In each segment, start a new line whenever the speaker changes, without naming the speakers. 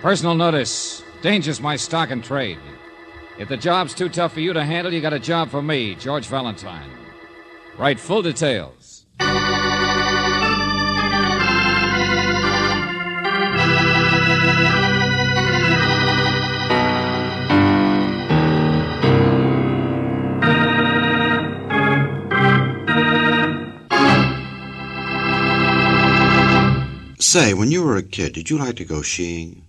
Personal notice. Danger's my stock and trade. If the job's too tough for you to handle, you got a job for me, George Valentine. Write full details.
Say, when you were a kid, did you like to go sheeing?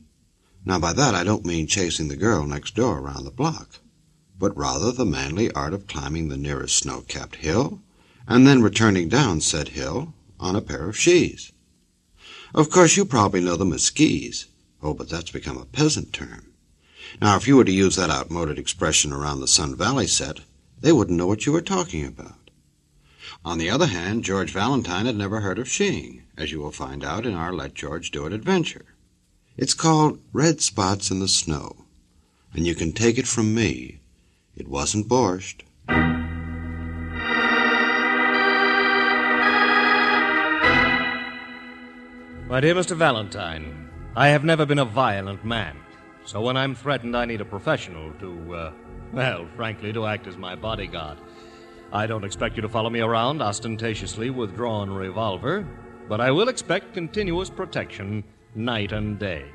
Now, by that I don't mean chasing the girl next door around the block, but rather the manly art of climbing the nearest snow capped hill and then returning down said hill on a pair of skis. Of course, you probably know them as skis. Oh, but that's become a peasant term. Now, if you were to use that outmoded expression around the Sun Valley set, they wouldn't know what you were talking about. On the other hand, George Valentine had never heard of sheeing, as you will find out in our Let George Do It adventure. It's called Red Spots in the Snow, and you can take it from me, it wasn't borscht.
My dear Mr. Valentine, I have never been a violent man. So when I'm threatened, I need a professional to, uh, well, frankly, to act as my bodyguard. I don't expect you to follow me around ostentatiously with drawn revolver, but I will expect continuous protection night and day.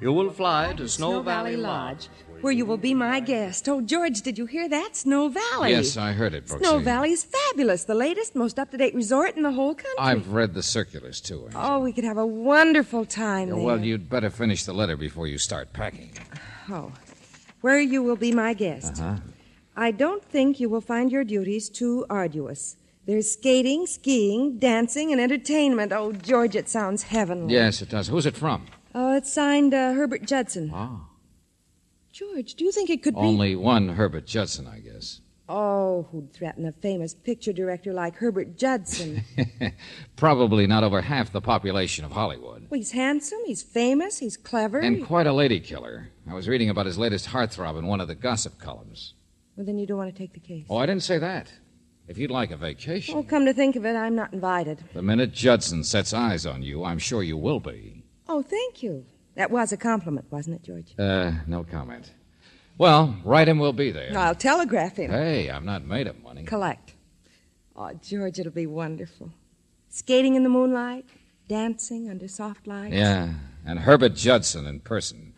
You will fly to Snow Valley Lodge.
where you will be my guest. Oh, George, did you hear that? Snow Valley.
Yes, I heard it, Brooksy.
Snow Valley is fabulous, the latest, most up to date resort in the whole country.
I've read the circulars to her.
Oh, we could have a wonderful time there.
well, you'd better finish the letter before you start packing.
Oh, where you will be my guest. I don't think you will find your duties too arduous. There's skating, skiing, dancing, and entertainment. Oh, George, it sounds heavenly.
Yes, it does. Who's it from?
Oh, it's signed uh, Herbert Judson.
Ah.
George, do you think it could be?
Only one Herbert Judson, I guess.
Oh, who'd threaten a famous picture director like Herbert Judson?
Probably not over half the population of Hollywood.
well, he's handsome, he's famous, he's clever.
And quite a lady killer. I was reading about his latest heartthrob in one of the gossip columns.
Well, then you don't want to take the case.
Oh, I didn't say that. If you'd like a
Oh,
vacation,
come to think of it, I'm not invited.
the minute Judson sets eyes on you, I'm sure you will be.
Oh, thank you. That was a compliment, wasn't it, George?
Uh, no comment. Well, write him, we'll be there.
I'll telegraph him.
Hey, I'm not made of money.
Collect. Oh, George, it'll be wonderful. Skating in the moonlight, dancing under soft lights.
Yeah, and Herbert Judson in person.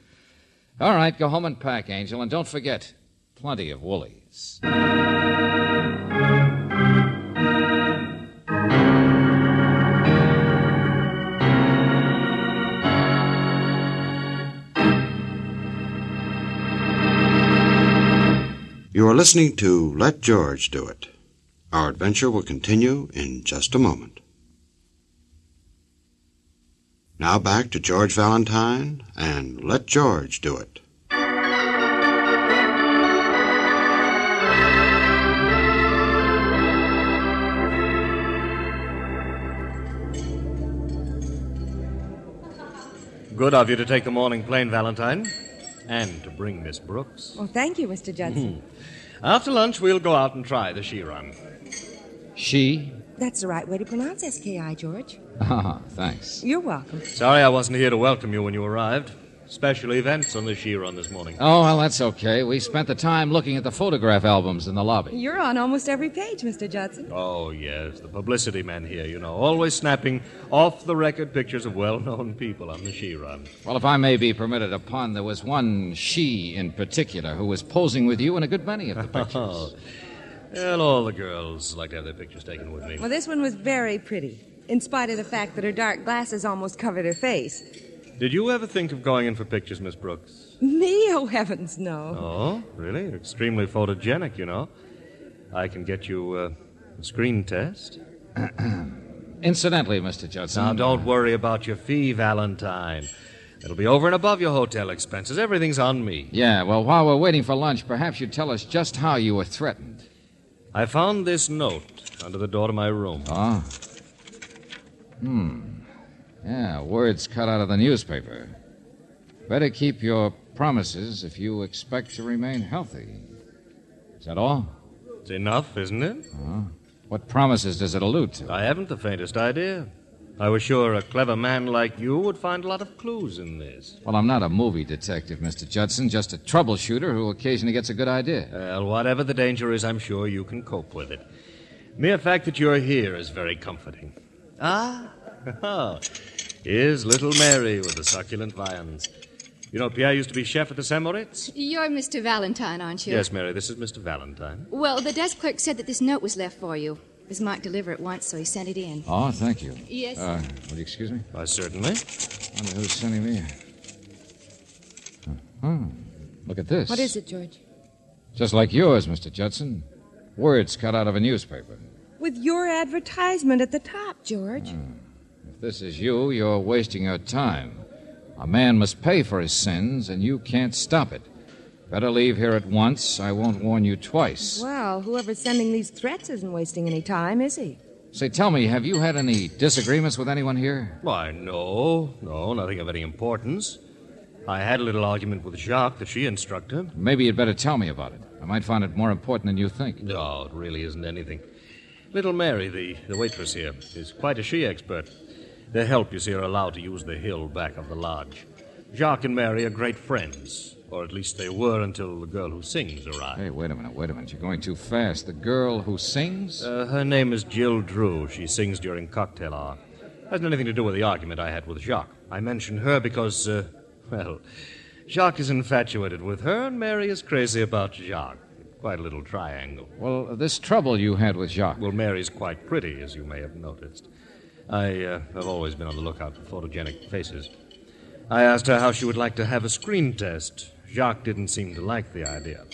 All right, go home and pack, Angel, and don't forget plenty of woolies.
You are listening to Let George Do It. Our adventure will continue in just a moment. Now back to George Valentine and Let George Do It.
Good of you to take the morning plane, Valentine, and to bring Miss Brooks.
Well, Oh, thank you, Mr. Judson.
After lunch, we'll go out and try the she run.
She?
That's the right way to pronounce SKI, George.
Ah, thanks.
You're welcome.
Sorry I wasn't here to welcome you when you arrived. Special events on the she run this morning.
Oh, well, that's okay. We spent the time looking at the photograph albums in the lobby.
You're on almost every page, Mr. Judson.
Oh, yes, the publicity man here, you know, always snapping off the record pictures of well known people on the she run.
Well, if I may be permitted a pun, there was one she in particular who was posing with you in a good many of the pictures.
Well, all the girls like to have their pictures taken with me.
Well, this one was very pretty, in spite of the fact that her dark glasses almost covered her face.
Did you ever think of going in for pictures, Miss Brooks?
Me, oh heavens, no.
Oh, really? You're extremely photogenic, you know. I can get you uh, a screen test. Hmm.
Incidentally, Mr. Judson.
Now, don't worry about your fee, Valentine. It'll be over and above your hotel expenses. Everything's on me.
Yeah, well, while we're waiting for lunch, perhaps you'd tell us just how you were threatened.
I found this note under the door to my room.
Ah. Hmm. Yeah, words cut out of the newspaper. Better keep your promises if you expect to remain healthy. Is that all?
It's enough, isn't it?
What promises does it allude to?
I haven't the faintest idea. I was sure a clever man like you would find a lot of clues in this.
Well, I'm not a movie detective, Mr. Judson, just a troubleshooter who occasionally gets a good idea.
Well, whatever the danger is, I'm sure you can cope with it. Mere fact that you're here is very comforting. Ah, here's little Mary with the succulent viands. You know, Pierre used to be chef at the Samoritz?
You're Mr. Valentine, aren't you?
Yes, Mary, this is Mr. Valentine.
Well, the desk clerk said that this note was left for you. Miss Mike delivered it once, so he sent it in.
Oh, thank you.
Yes.
Uh, will you excuse me?
Why, certainly.
wonder who's sending me. Huh. Look at this.
What is it, George?
Just like yours, Mr. Judson. Words cut out of a newspaper.
With your advertisement at the top, George.
If this is you, you're wasting your time. A man must pay for his sins, and you can't stop it. Better leave here at once. I won't warn you twice.
Well, whoever's sending these threats isn't wasting any time, is he?
Say, tell me, have you had any disagreements with anyone here?
Why, no, no, nothing of any importance. I had a little argument with Jacques, the she instructor.
Maybe you'd better tell me about it. I might find it more important than you think.
No, it really isn't anything. Little Mary, the, the waitress here, is quite a she expert. The help, you see, are allowed to use the hill back of the lodge. Jacques and Mary are great friends, or at least they were until the girl who sings arrived.
Hey, wait a minute, wait a minute. You're going too fast. The girl who sings?
Uh, her name is Jill Drew. She sings during cocktail hour. Has nothing to do with the argument I had with Jacques. I mention her because, uh, well, Jacques is infatuated with her, and Mary is crazy about Jacques. Quite a little triangle.
Well, this trouble you had with Jacques.
Well, Mary's quite pretty, as you may have noticed. I uh, have always been on the lookout for photogenic faces. I asked her how she would like to have a screen test. Jacques didn't seem to like the idea.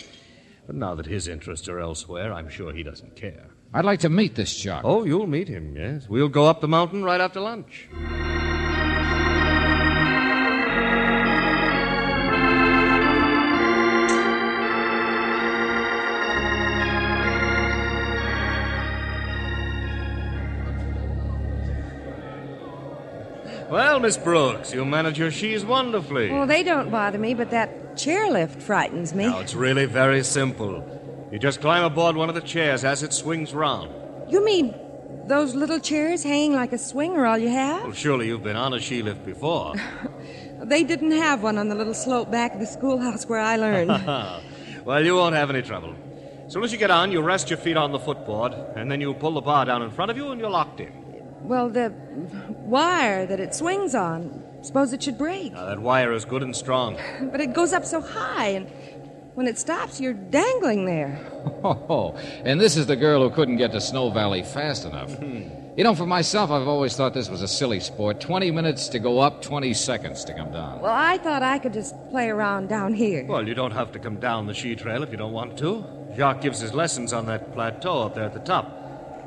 But now that his interests are elsewhere, I'm sure he doesn't care.
I'd like to meet this Jacques.
Oh, you'll meet him, yes. We'll go up the mountain right after lunch. Well, Miss Brooks, you manage your she's wonderfully.
Well, they don't bother me, but that chairlift frightens me.
Now, it's really very simple. You just climb aboard one of the chairs as it swings round.
You mean those little chairs hanging like a swing are all you have?
Well, surely you've been on a she lift before.
They didn't have one on the little slope back of the schoolhouse where I learned.
well, you won't have any trouble. As soon as you get on, you rest your feet on the footboard, and then you pull the bar down in front of you, and you're locked in.
well, the wire that it swings on, suppose it should break.
Now, that wire is good and strong.
But it goes up so high, and when it stops, you're dangling there.
Oh, and this is the girl who couldn't get to Snow Valley fast enough. you know, for myself, I've always thought this was a silly sport. 20 minutes to go up, 20 seconds to come down.
Well, I thought I could just play around down here.
Well, you don't have to come down the she trail if you don't want to. Jacques gives his lessons on that plateau up there at the top.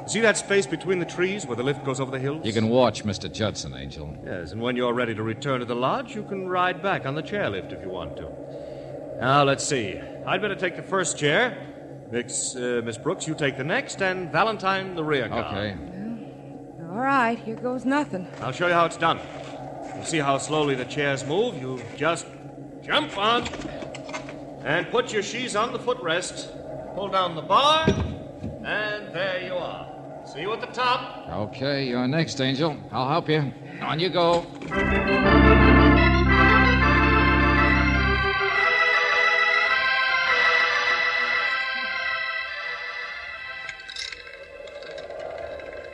See that space between the trees where the lift goes over the hills?
You can watch Mr. Judson, Angel.
Yes, and when you're ready to return to the lodge, you can ride back on the chairlift if you want to. Now, let's see. I'd better take the first chair. Miss, uh, Miss Brooks, you take the next, and Valentine the rear guard.
Okay.
All right, here goes nothing.
I'll show you how it's done. You see how slowly the chairs move? You just jump on and put your she's on the footrest. Pull down the bar, and there you are. See you at the top.
Okay, you're next, Angel. I'll help you. On you go.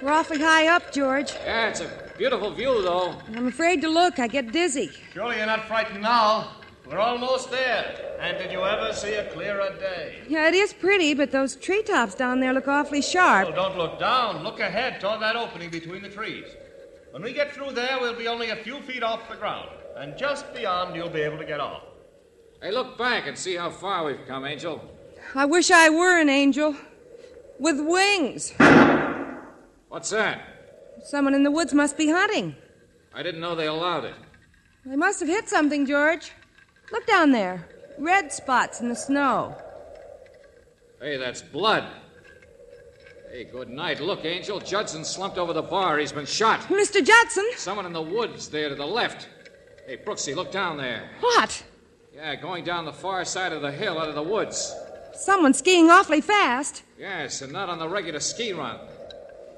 We're awfully high up, George.
Yeah, it's a beautiful view, though.
I'm afraid to look. I get dizzy.
Surely you're not frightened now. We're almost there. And did you ever see a clearer day?
Yeah, it is pretty, but those treetops down there look awfully
Well,
sharp.
don't look down. Look ahead toward that opening between the trees. When we get through there, we'll be only a few feet off the ground. And just beyond, you'll be able to get off.
Hey, look back and see how far we've come, Angel.
I wish I were an angel. With wings.
What's that?
Someone in the woods must be hunting.
I didn't know they allowed it.
They must have hit something, George. Look down there. Red spots in the snow.
Hey, that's blood. Hey, good night. Look, Angel, Judson slumped over the bar. He's been shot.
Mr. Judson?
Someone in the woods there to the left. Hey, Brooksy, look down there.
What?
Yeah, going down the far side of the hill out of the woods.
Someone skiing awfully fast.
Yes, and not on the regular ski run.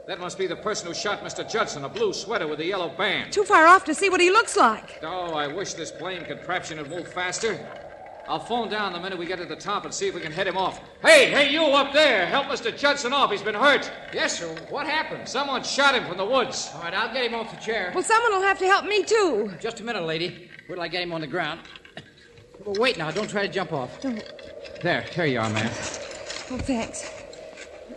That must be the person who shot Mr. Judson, a blue sweater with a yellow band.
Too far off to see what he looks like.
Oh, I wish this blame contraption had moved faster. I'll phone down the minute we get to the top and see if we can head him off. Hey, hey, you up there! Help Mr. Judson off. He's been hurt.
Yes, sir. What happened?
Someone shot him from the woods.
All right, I'll get him off the chair.
Well, someone will have to help me, too.
Just a minute, lady. Where will I get him on the ground? Well, wait now. Don't try to jump off. There, there you are, ma'am.
Oh, thanks.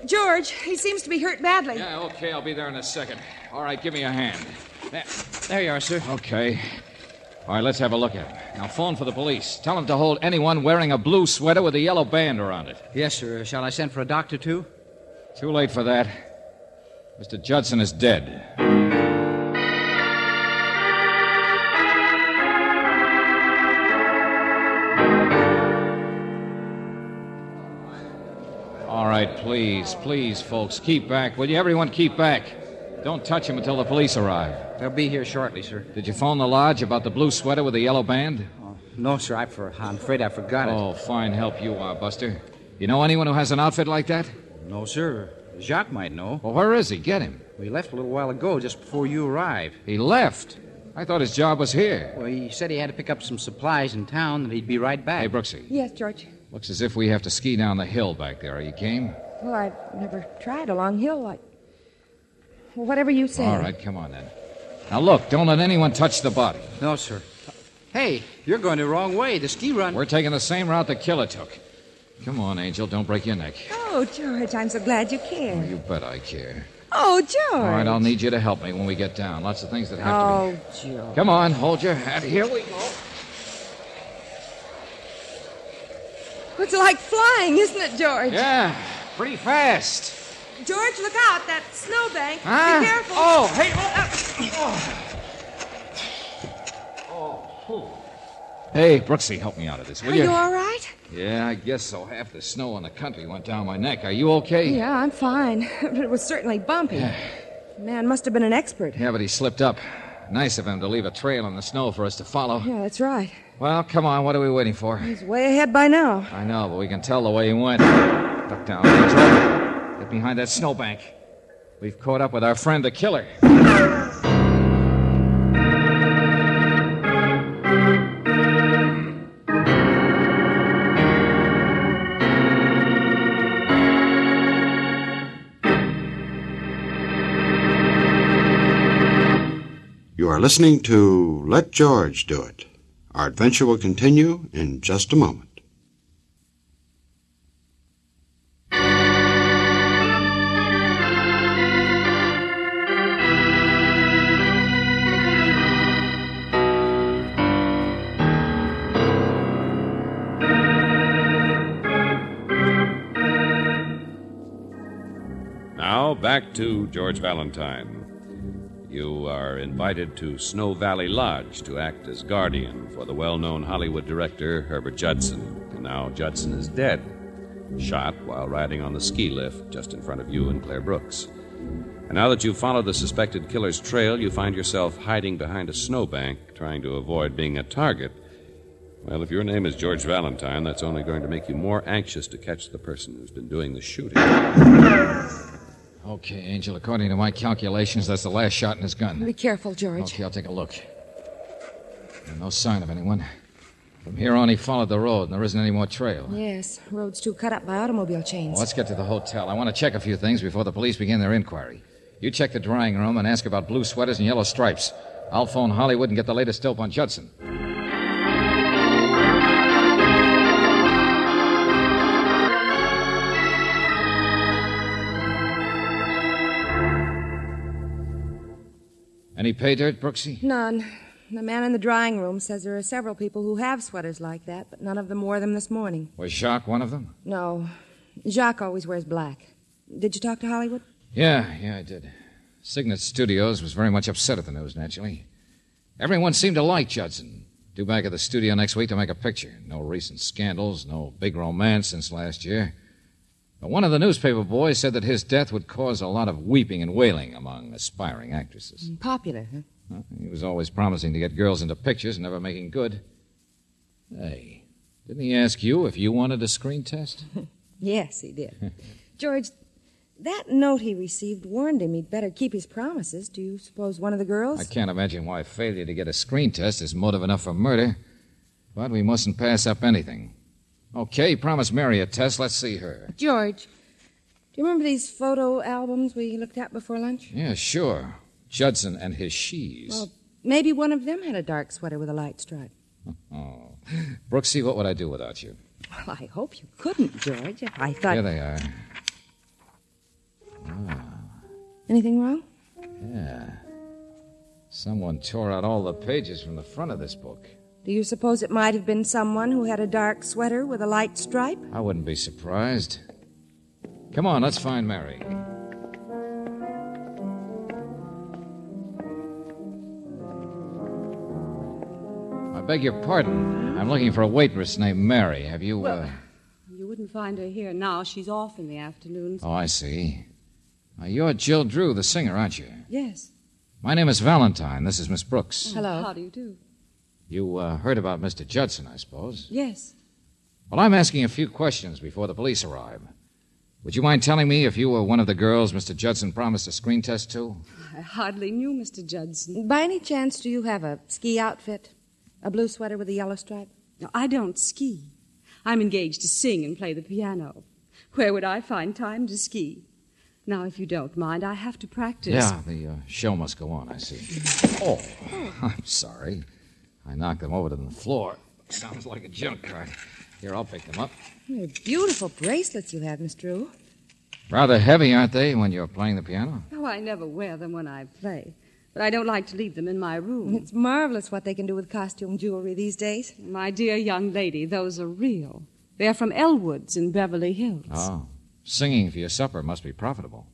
George, he seems to be hurt badly.
Yeah, okay, I'll be there in a second. All right, give me a hand.
There, there you are, sir.
Okay. All right, let's have a look at him. Now, phone for the police. Tell them to hold anyone wearing a blue sweater with a yellow band around it.
Yes, sir. Uh, Shall I send for a doctor, too?
Too late for that. Mr. Judson is dead. All right, please, please, folks, keep back, will you? Everyone, keep back. Don't touch him until the police arrive.
They'll be here shortly, sir.
Did you phone the lodge about the blue sweater with the yellow band?
Oh, No, sir. I for, I'm afraid I forgot
Oh, fine help you are, Buster. You know anyone who has an outfit like that?
it. No, sir. Jacques might know.
Well, where is he? Get him.
We left a little while ago, just before you arrived.
He left. I thought his job was here.
Well, he said he had to pick up some supplies in town and he'd be right back.
Hey, Brooksy.
Yes, George.
Looks as if we have to ski down the hill back there. Are you game?
Well, I've never tried a long hill like. Well, whatever you say.
All right, come on then. Now look, don't let anyone touch the body.
No, sir. Hey, you're going the wrong way. The ski run.
We're taking the same route the killer took. Come on, Angel, don't break your neck.
Oh, George, I'm so glad you care.
You bet I care.
Oh, George.
All right, I'll need you to help me when we get down. Lots of things that have to be.
Oh, George.
Come on, hold your hat. Here we go.
It's like flying, isn't it, George?
Yeah, pretty fast.
George, look out. That snowbank.
Huh?
Be careful.
Oh, hey. ah. Oh, Hey, Brooksy, help me out of this, will
Are you all right?
Yeah, I guess so. Half the snow in the country went down my neck. Are you okay?
Yeah, I'm fine. But it was certainly bumpy. Man must have been an expert.
Yeah, but he slipped up. Nice of him to leave a trail in the snow for us to follow.
Yeah, that's right.
Well, come on, what are we waiting for?
He's way ahead by now.
I know, but we can tell the way he went. Duck down, Angel. Get behind that snowbank. We've caught up with our friend, the killer.
You are listening to Let George Do It. Our adventure will continue in just a moment.
Now back to George Valentine. You are invited to Snow Valley Lodge to act as guardian for the well known Hollywood director Herbert Judson. Now Judson is dead, shot while riding on the ski lift just in front of you and Claire Brooks. And now that you've followed the suspected killer's trail, you find yourself hiding behind a snowbank, trying to avoid being a target. Well, if your name is George Valentine, that's only going to make you more anxious to catch the person who's been doing the shooting.
Okay, Angel, according to my calculations, that's the last shot in his gun.
Be careful, George.
Okay, I'll take a look. No sign of anyone. From here on, he followed the road, and there isn't any more trail.
Yes, road's too cut up by automobile chains.
Well, let's get to the hotel. I want to check a few things before the police begin their inquiry. You check the drying room and ask about blue sweaters and yellow stripes. I'll phone Hollywood and get the latest dope on Judson. Any pay dirt, Brooksy?
None. The man in the drawing room says there are several people who have sweaters like that, but none of them wore them this morning.
Was Jacques one of them?
No. Jacques always wears black. Did you talk to Hollywood?
Yeah, yeah, I did. Signet Studios was very much upset at the news, naturally. Everyone seemed to like Judson. Due back at the studio next week to make a picture. No recent scandals, no big romance since last year. But one of the newspaper boys said that his death would cause a lot of weeping and wailing among aspiring actresses.
Popular, huh?
Huh? He was always promising to get girls into pictures and never making good. Hey, didn't he ask you if you wanted a screen test?
Yes, he did. George, That note he received warned him he'd better keep his promises. Do you suppose one of the girls?
I can't imagine why failure to get a screen test is motive enough for murder. But we mustn't pass up anything. Okay, promise Mary a test. Let's see her.
George, do you remember these photo albums we looked at before lunch?
Yeah, sure. Judson and his she's.
Well, maybe one of them had a dark sweater with a light stripe.
Oh. Brooksy, what would I do without you?
Well, I hope you couldn't, George. I thought.
Here they are.
Anything wrong?
Yeah. Someone tore out all the pages from the front of this book.
Do you suppose it might have been someone who had a dark sweater with a light stripe?
I wouldn't be surprised. Come on, let's find Mary. I beg your pardon. I'm looking for a waitress named Mary. Have you, uh...
You wouldn't find her here now. She's off in the afternoons.
Oh, I see. Now, you're Jill Drew, the singer, aren't you?
Yes.
My name is Valentine. This is Miss Brooks.
Hello.
How do you do?
You, uh, heard about Mr. Judson, I suppose.
Yes.
Well, I'm asking a few questions before the police arrive. Would you mind telling me if you were one of the girls Mr. Judson promised a screen test to?
I hardly knew Mr. Judson.
By any chance, do you have a ski outfit? A blue sweater with a yellow stripe?
No, I don't ski. I'm engaged to sing and play the piano. Where would I find time to ski? Now, if you don't mind, I have to practice.
Yeah, the uh, show must go on, I see. Oh, I'm sorry. I knocked them over to the floor. Sounds like a junk cart. Here, I'll pick them up.
They're beautiful bracelets you have, Miss Drew.
Rather heavy, aren't they, when you're playing the piano?
Oh, I never wear them when I play. But I don't like to leave them in my room.
It's marvelous what they can do with costume jewelry these days.
my dear young lady, those are real. They're from Elwood's in Beverly Hills.
Oh, singing for your supper must be profitable.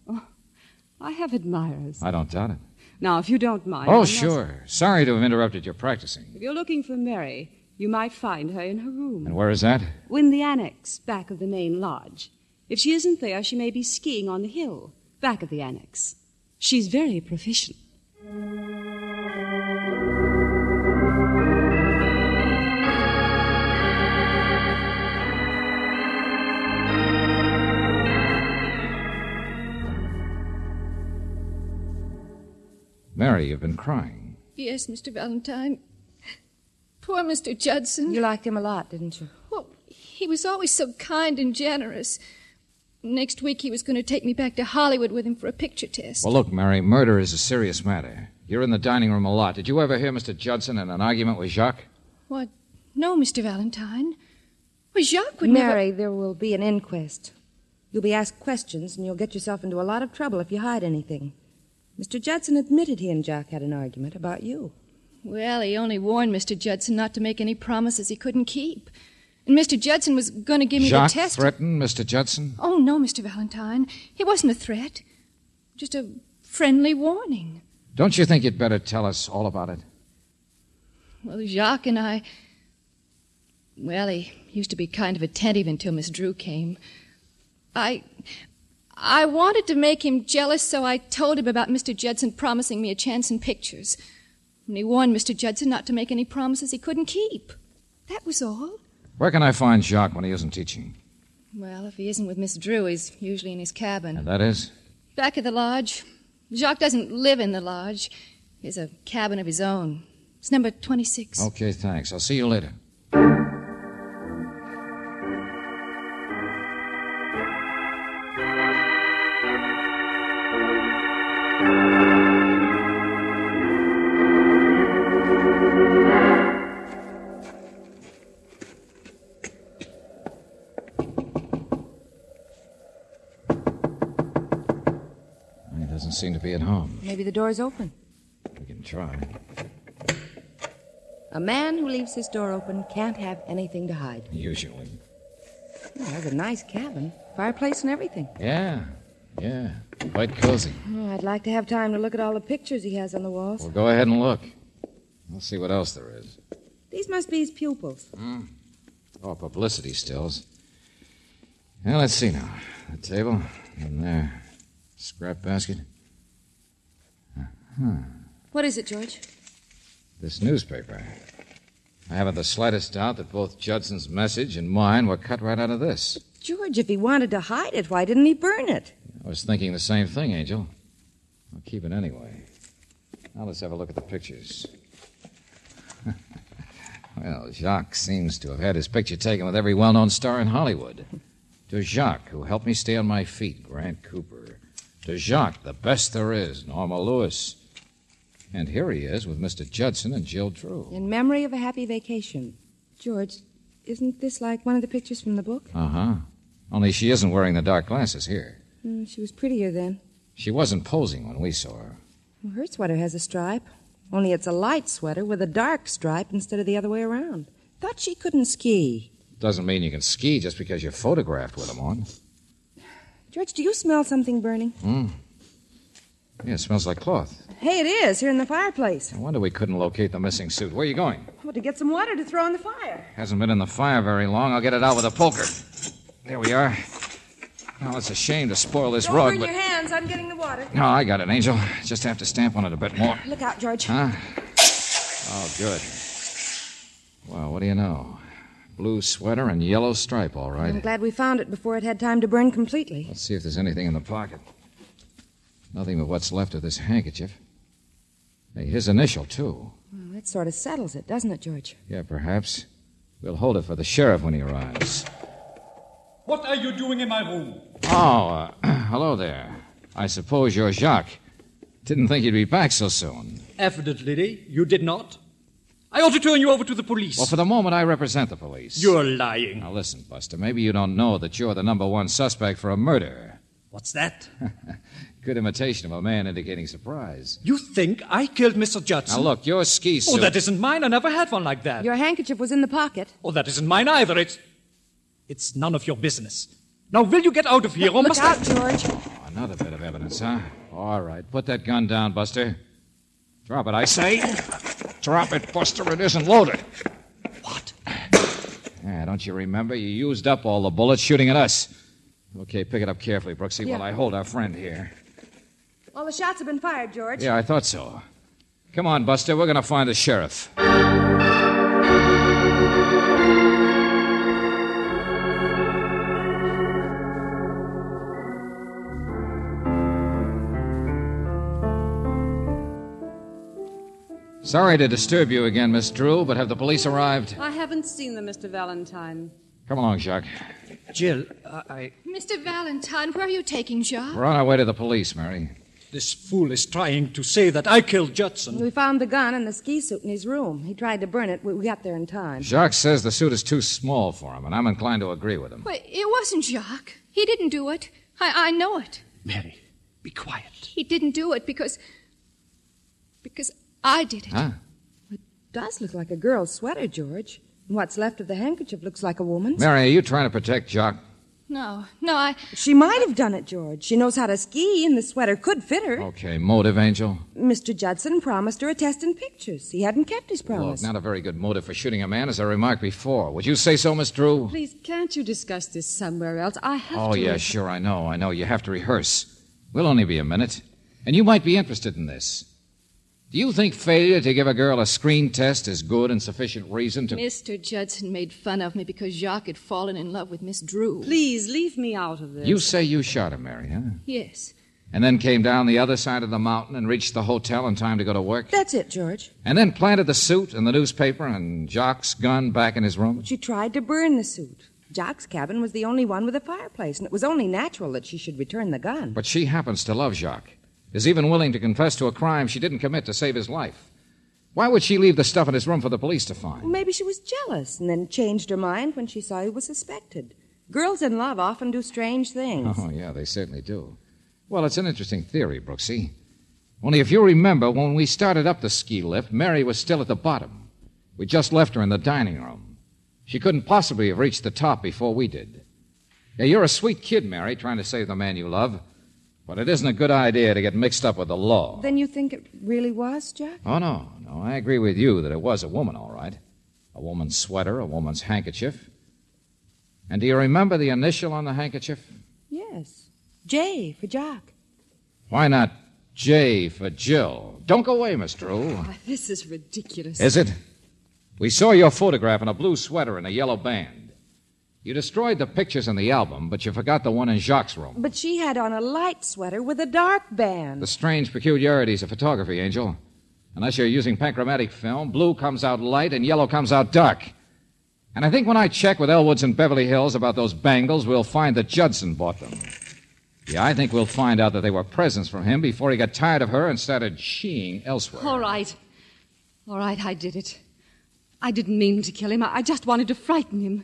I have admirers.
I don't doubt it.
Now, if you don't mind. I
Oh,
must-
sure. Sorry to have interrupted your practicing.
If you're looking for Mary, you might find her in her room.
And where is that?
in the annex, back of the main lodge. If she isn't there, she may be skiing on the hill, back of the annex. She's very proficient.
Mary, you've been crying.
Yes, Mr. Valentine. Poor Mr. Judson.
You liked him a lot, didn't you?
Well, he was always so kind and generous. Next week he was going to take me back to Hollywood with him for a picture test.
Well, look, Mary, murder is a serious matter. You're in the dining room a lot. Did you ever hear Mr. Judson in an argument with Jacques?
What? No, Mr. Valentine. Well, Jacques would never.
Mary, there will be an inquest. You'll be asked questions, and you'll get yourself into a lot of trouble if you hide anything. Mr. Judson admitted he and Jock had an argument about you.
Well, he only warned Mr. Judson not to make any promises he couldn't keep. And Mr. Judson was going to give me
Jacques
the test.
threatened Mr. Judson?
Oh, no, Mr. Valentine. It wasn't a threat, just a friendly warning.
Don't you think you'd better tell us all about it?
Well, Jacques and I. Well, he used to be kind of attentive until Miss Drew came. I. I wanted to make him jealous, so I told him about Mr. Judson promising me a chance in pictures. And he warned Mr. Judson not to make any promises he couldn't keep. That was all.
Where can I find Jacques when he isn't teaching?
Well, if he isn't with Miss Drew, he's usually in his cabin.
And that is?
Back at the lodge. Jacques doesn't live in the lodge, he has a cabin of his own. It's number 26.
Okay, thanks. I'll see you later. He doesn't seem to be at home.
Maybe the door's open.
We can try.
A man who leaves his door open can't have anything to hide.
Usually.
Well, that's a nice cabin, fireplace and everything.
Yeah, yeah. Quite cozy.
Oh, I'd like to have time to look at all the pictures he has on the walls.
Well, go ahead and look. We'll see what else there is.
These must be his pupils.
Oh, publicity stills. Now, let's see now. The table, and there. Scrap basket.
What is it, George?
This newspaper. I haven't the slightest doubt that both Judson's message and mine were cut right out of this.
George, if he wanted to hide it, why didn't he burn it?
I was thinking the same thing, Angel. I'll keep it anyway. Now let's have a look at the pictures. well, Jacques seems to have had his picture taken with every well known star in Hollywood. To Jacques, who helped me stay on my feet, Grant Cooper. To Jacques, the best there is, Norma Lewis. And here he is with Mr. Judson and Jill Drew.
In memory of a happy vacation. George, isn't this like one of the pictures from the book?
Uh huh. Only she isn't wearing the dark glasses here.
Mm, she was prettier then.
She wasn't posing when we saw her.
Well, her sweater has a stripe, only it's a light sweater with a dark stripe instead of the other way around. Thought she couldn't ski.
Doesn't mean you can ski just because you're photographed with them on.
George, do you smell something burning?
Hmm. Yeah, it smells like cloth.
Hey, it is, here in the fireplace.
No wonder we couldn't locate the missing suit. Where are you going?
Well, to get some water to throw in the fire.
Hasn't been in the fire very long. I'll get it out with a poker. There we are. Now, it's a shame to spoil this
Don't
rug,
burn
but.
your hands. I'm getting the water.
No, I got it, Angel. Just have to stamp on it a bit more.
Look out, George.
Huh? Oh, good. Well, what do you know? Blue sweater and yellow stripe, all
I'm
right.
glad we found it before it had time to burn completely.
Let's see if there's anything in the pocket. Nothing but what's left of this handkerchief. Hey, his initial, too.
Well, that sort of settles it, doesn't it, George?
Yeah, perhaps. We'll hold it for the sheriff when he arrives.
What are you doing in my room?
Oh, uh, hello there. I suppose you're Jacques. Didn't think you'd be back so soon.
Evidently, you did not. I ought to turn you over to the police.
Well, for the moment, I represent the police.
You're lying.
Now, listen, Buster, maybe you don't know that you're the number one suspect for a murder.
What's that?
Good imitation of a man indicating surprise.
You think I killed Mr. Judson?
Now, look, your ski suit.
Oh, that isn't mine. I never had one like that.
Your handkerchief was in the pocket.
Oh, that isn't mine either. It's. It's none of your business. Now, will you get out of here or
Look
must
out,
I.
George.
Another bit of evidence, huh? All right, put that gun down, Buster. Drop it, I say. Drop it, Buster. It isn't loaded. What? Yeah, don't you remember? You used up all the bullets shooting at us. Okay, pick it up carefully, Brooksy, while
Yeah.
I hold our friend here.
All the shots have been fired, George.
Yeah, I thought so. Come on, Buster. We're going to find the sheriff. Sorry to disturb you again, Miss Drew, but have the police arrived?
I haven't seen them, Mr. Valentine.
Come along, Jacques.
Jill, I. I-
Mr. Valentine, where are you taking Jacques?
We're on our way to the police, Mary.
This fool is trying to say that I killed Judson.
We found the gun and the ski suit in his room. He tried to burn it. We we got there in time.
Jacques says the suit is too small for him, and I'm inclined to agree with him.
But it wasn't Jacques. He didn't do it. I, I know it.
Mary, be quiet.
He didn't do it because. because I did it.
Huh?
Does look like a girl's sweater, George. And what's left of the handkerchief looks like a woman's.
Mary, are you trying to protect Jacques?
No, no, I.
She might have done it, George. She knows how to ski, and the sweater could fit her.
Okay, motive, Angel.
Mr. Judson promised her a test in pictures. He hadn't kept his promise.
Look, not a very good motive for shooting a man, as I remarked before. Would you say so, Miss Drew?
Please, can't you discuss this somewhere else? I have
Oh,
to.
yeah, sure, I know, I know. You have to rehearse. We'll only be a minute. And you might be interested in this. Do you think failure to give a girl a screen test is good and sufficient reason to.
Mr. Judson made fun of me because Jacques had fallen in love with Miss Drew.
Please leave me out of this.
You say you shot her, Mary, huh?
Yes.
And then came down the other side of the mountain and reached the hotel in time to go to work?
That's it, George.
And then planted the suit and the newspaper and Jock's gun back in his room?
She tried to burn the suit. Jock's cabin was the only one with a fireplace, and it was only natural that she should return the gun.
But she happens to love Jacques, is even willing to confess to a crime she didn't commit to save his life. Why would she leave the stuff in his room for the police to
Well,
find?
maybe she was jealous and then changed her mind when she saw he was suspected. Girls in love often do strange things.
Oh, yeah, they certainly do. Well, it's an interesting theory, Brooksy. Only if you remember, when we started up the ski lift, Mary was still at the bottom. We just left her in the dining room. She couldn't possibly have reached the top before we did. Yeah, you're a sweet kid, Mary, trying to save the man you love, but it isn't a good idea to get mixed up with the law.
Then you think it really was Jack?
Oh, no, no. I agree with you that it was a woman, all right. A woman's sweater, a woman's handkerchief. And do you remember the initial on the handkerchief?
Yes. J for Jock.
Why not J for Jill? Don't go away, Miss Drew.
Why, this is ridiculous.
Is it? We saw your photograph in a blue sweater and a yellow band. You destroyed the pictures in the album, but you forgot the one in Jacques' room.
But she had on a light sweater with a dark band.
The strange peculiarities of photography, Angel. Unless you're using panchromatic film, blue comes out light and yellow comes out dark. And I think when I check with Elwoods and Beverly Hills about those bangles, we'll find that Judson bought them. Yeah, I think we'll find out that they were presents from him before he got tired of her and started sheeing elsewhere.
All right. All right, I did it. I didn't mean to kill him. I I just wanted to frighten him.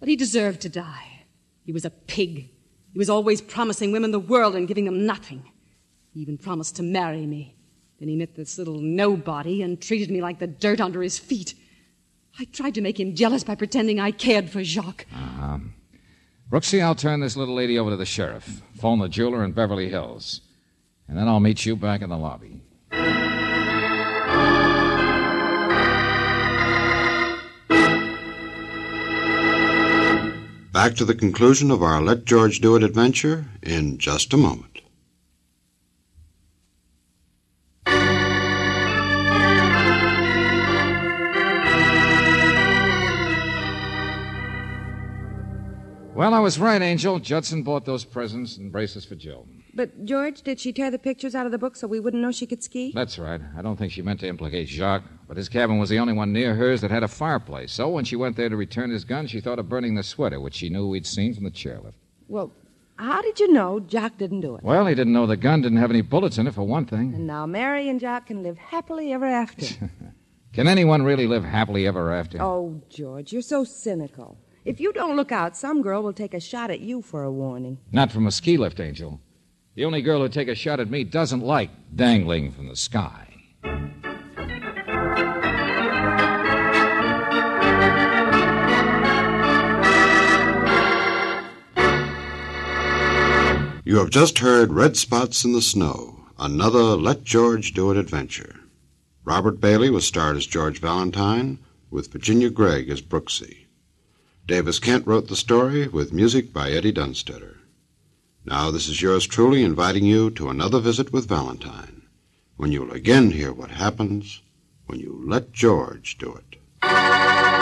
But he deserved to die. He was a pig. He was always promising women the world and giving them nothing. He even promised to marry me. Then he met this little nobody and treated me like the dirt under his feet. I tried to make him jealous by pretending I cared for Jacques.
Uh-huh. Brooksy, I'll turn this little lady over to the sheriff. Phone the jeweler in Beverly Hills. And then I'll meet you back in the lobby.
Back to the conclusion of our Let George Do It adventure in just a moment.
Well, I was right, Angel. Judson bought those presents and braces for Jill.
But, George, did she tear the pictures out of the book so we wouldn't know she could ski?
That's right. I don't think she meant to implicate Jacques, but his cabin was the only one near hers that had a fireplace. So when she went there to return his gun, she thought of burning the sweater, which she knew we'd seen from the chairlift.
Well, how did you know Jock didn't do it?
Well, he didn't know the gun didn't have any bullets in it, for one thing.
And now Mary and Jock can live happily ever after.
Can anyone really live happily ever after?
oh, George, you're so cynical. If you don't look out, some girl will take a shot at you for a warning.
Not from a ski lift, Angel. The only girl who'd take a shot at me doesn't like dangling from the sky.
You have just heard Red Spots in the Snow, another Let George Do It adventure. Robert Bailey was starred as George Valentine, with Virginia Gregg as Brooksy. Davis Kent wrote the story, with music by Eddie Dunstetter. Now, this is yours truly inviting you to another visit with Valentine, when you'll again hear what happens when you let George do it.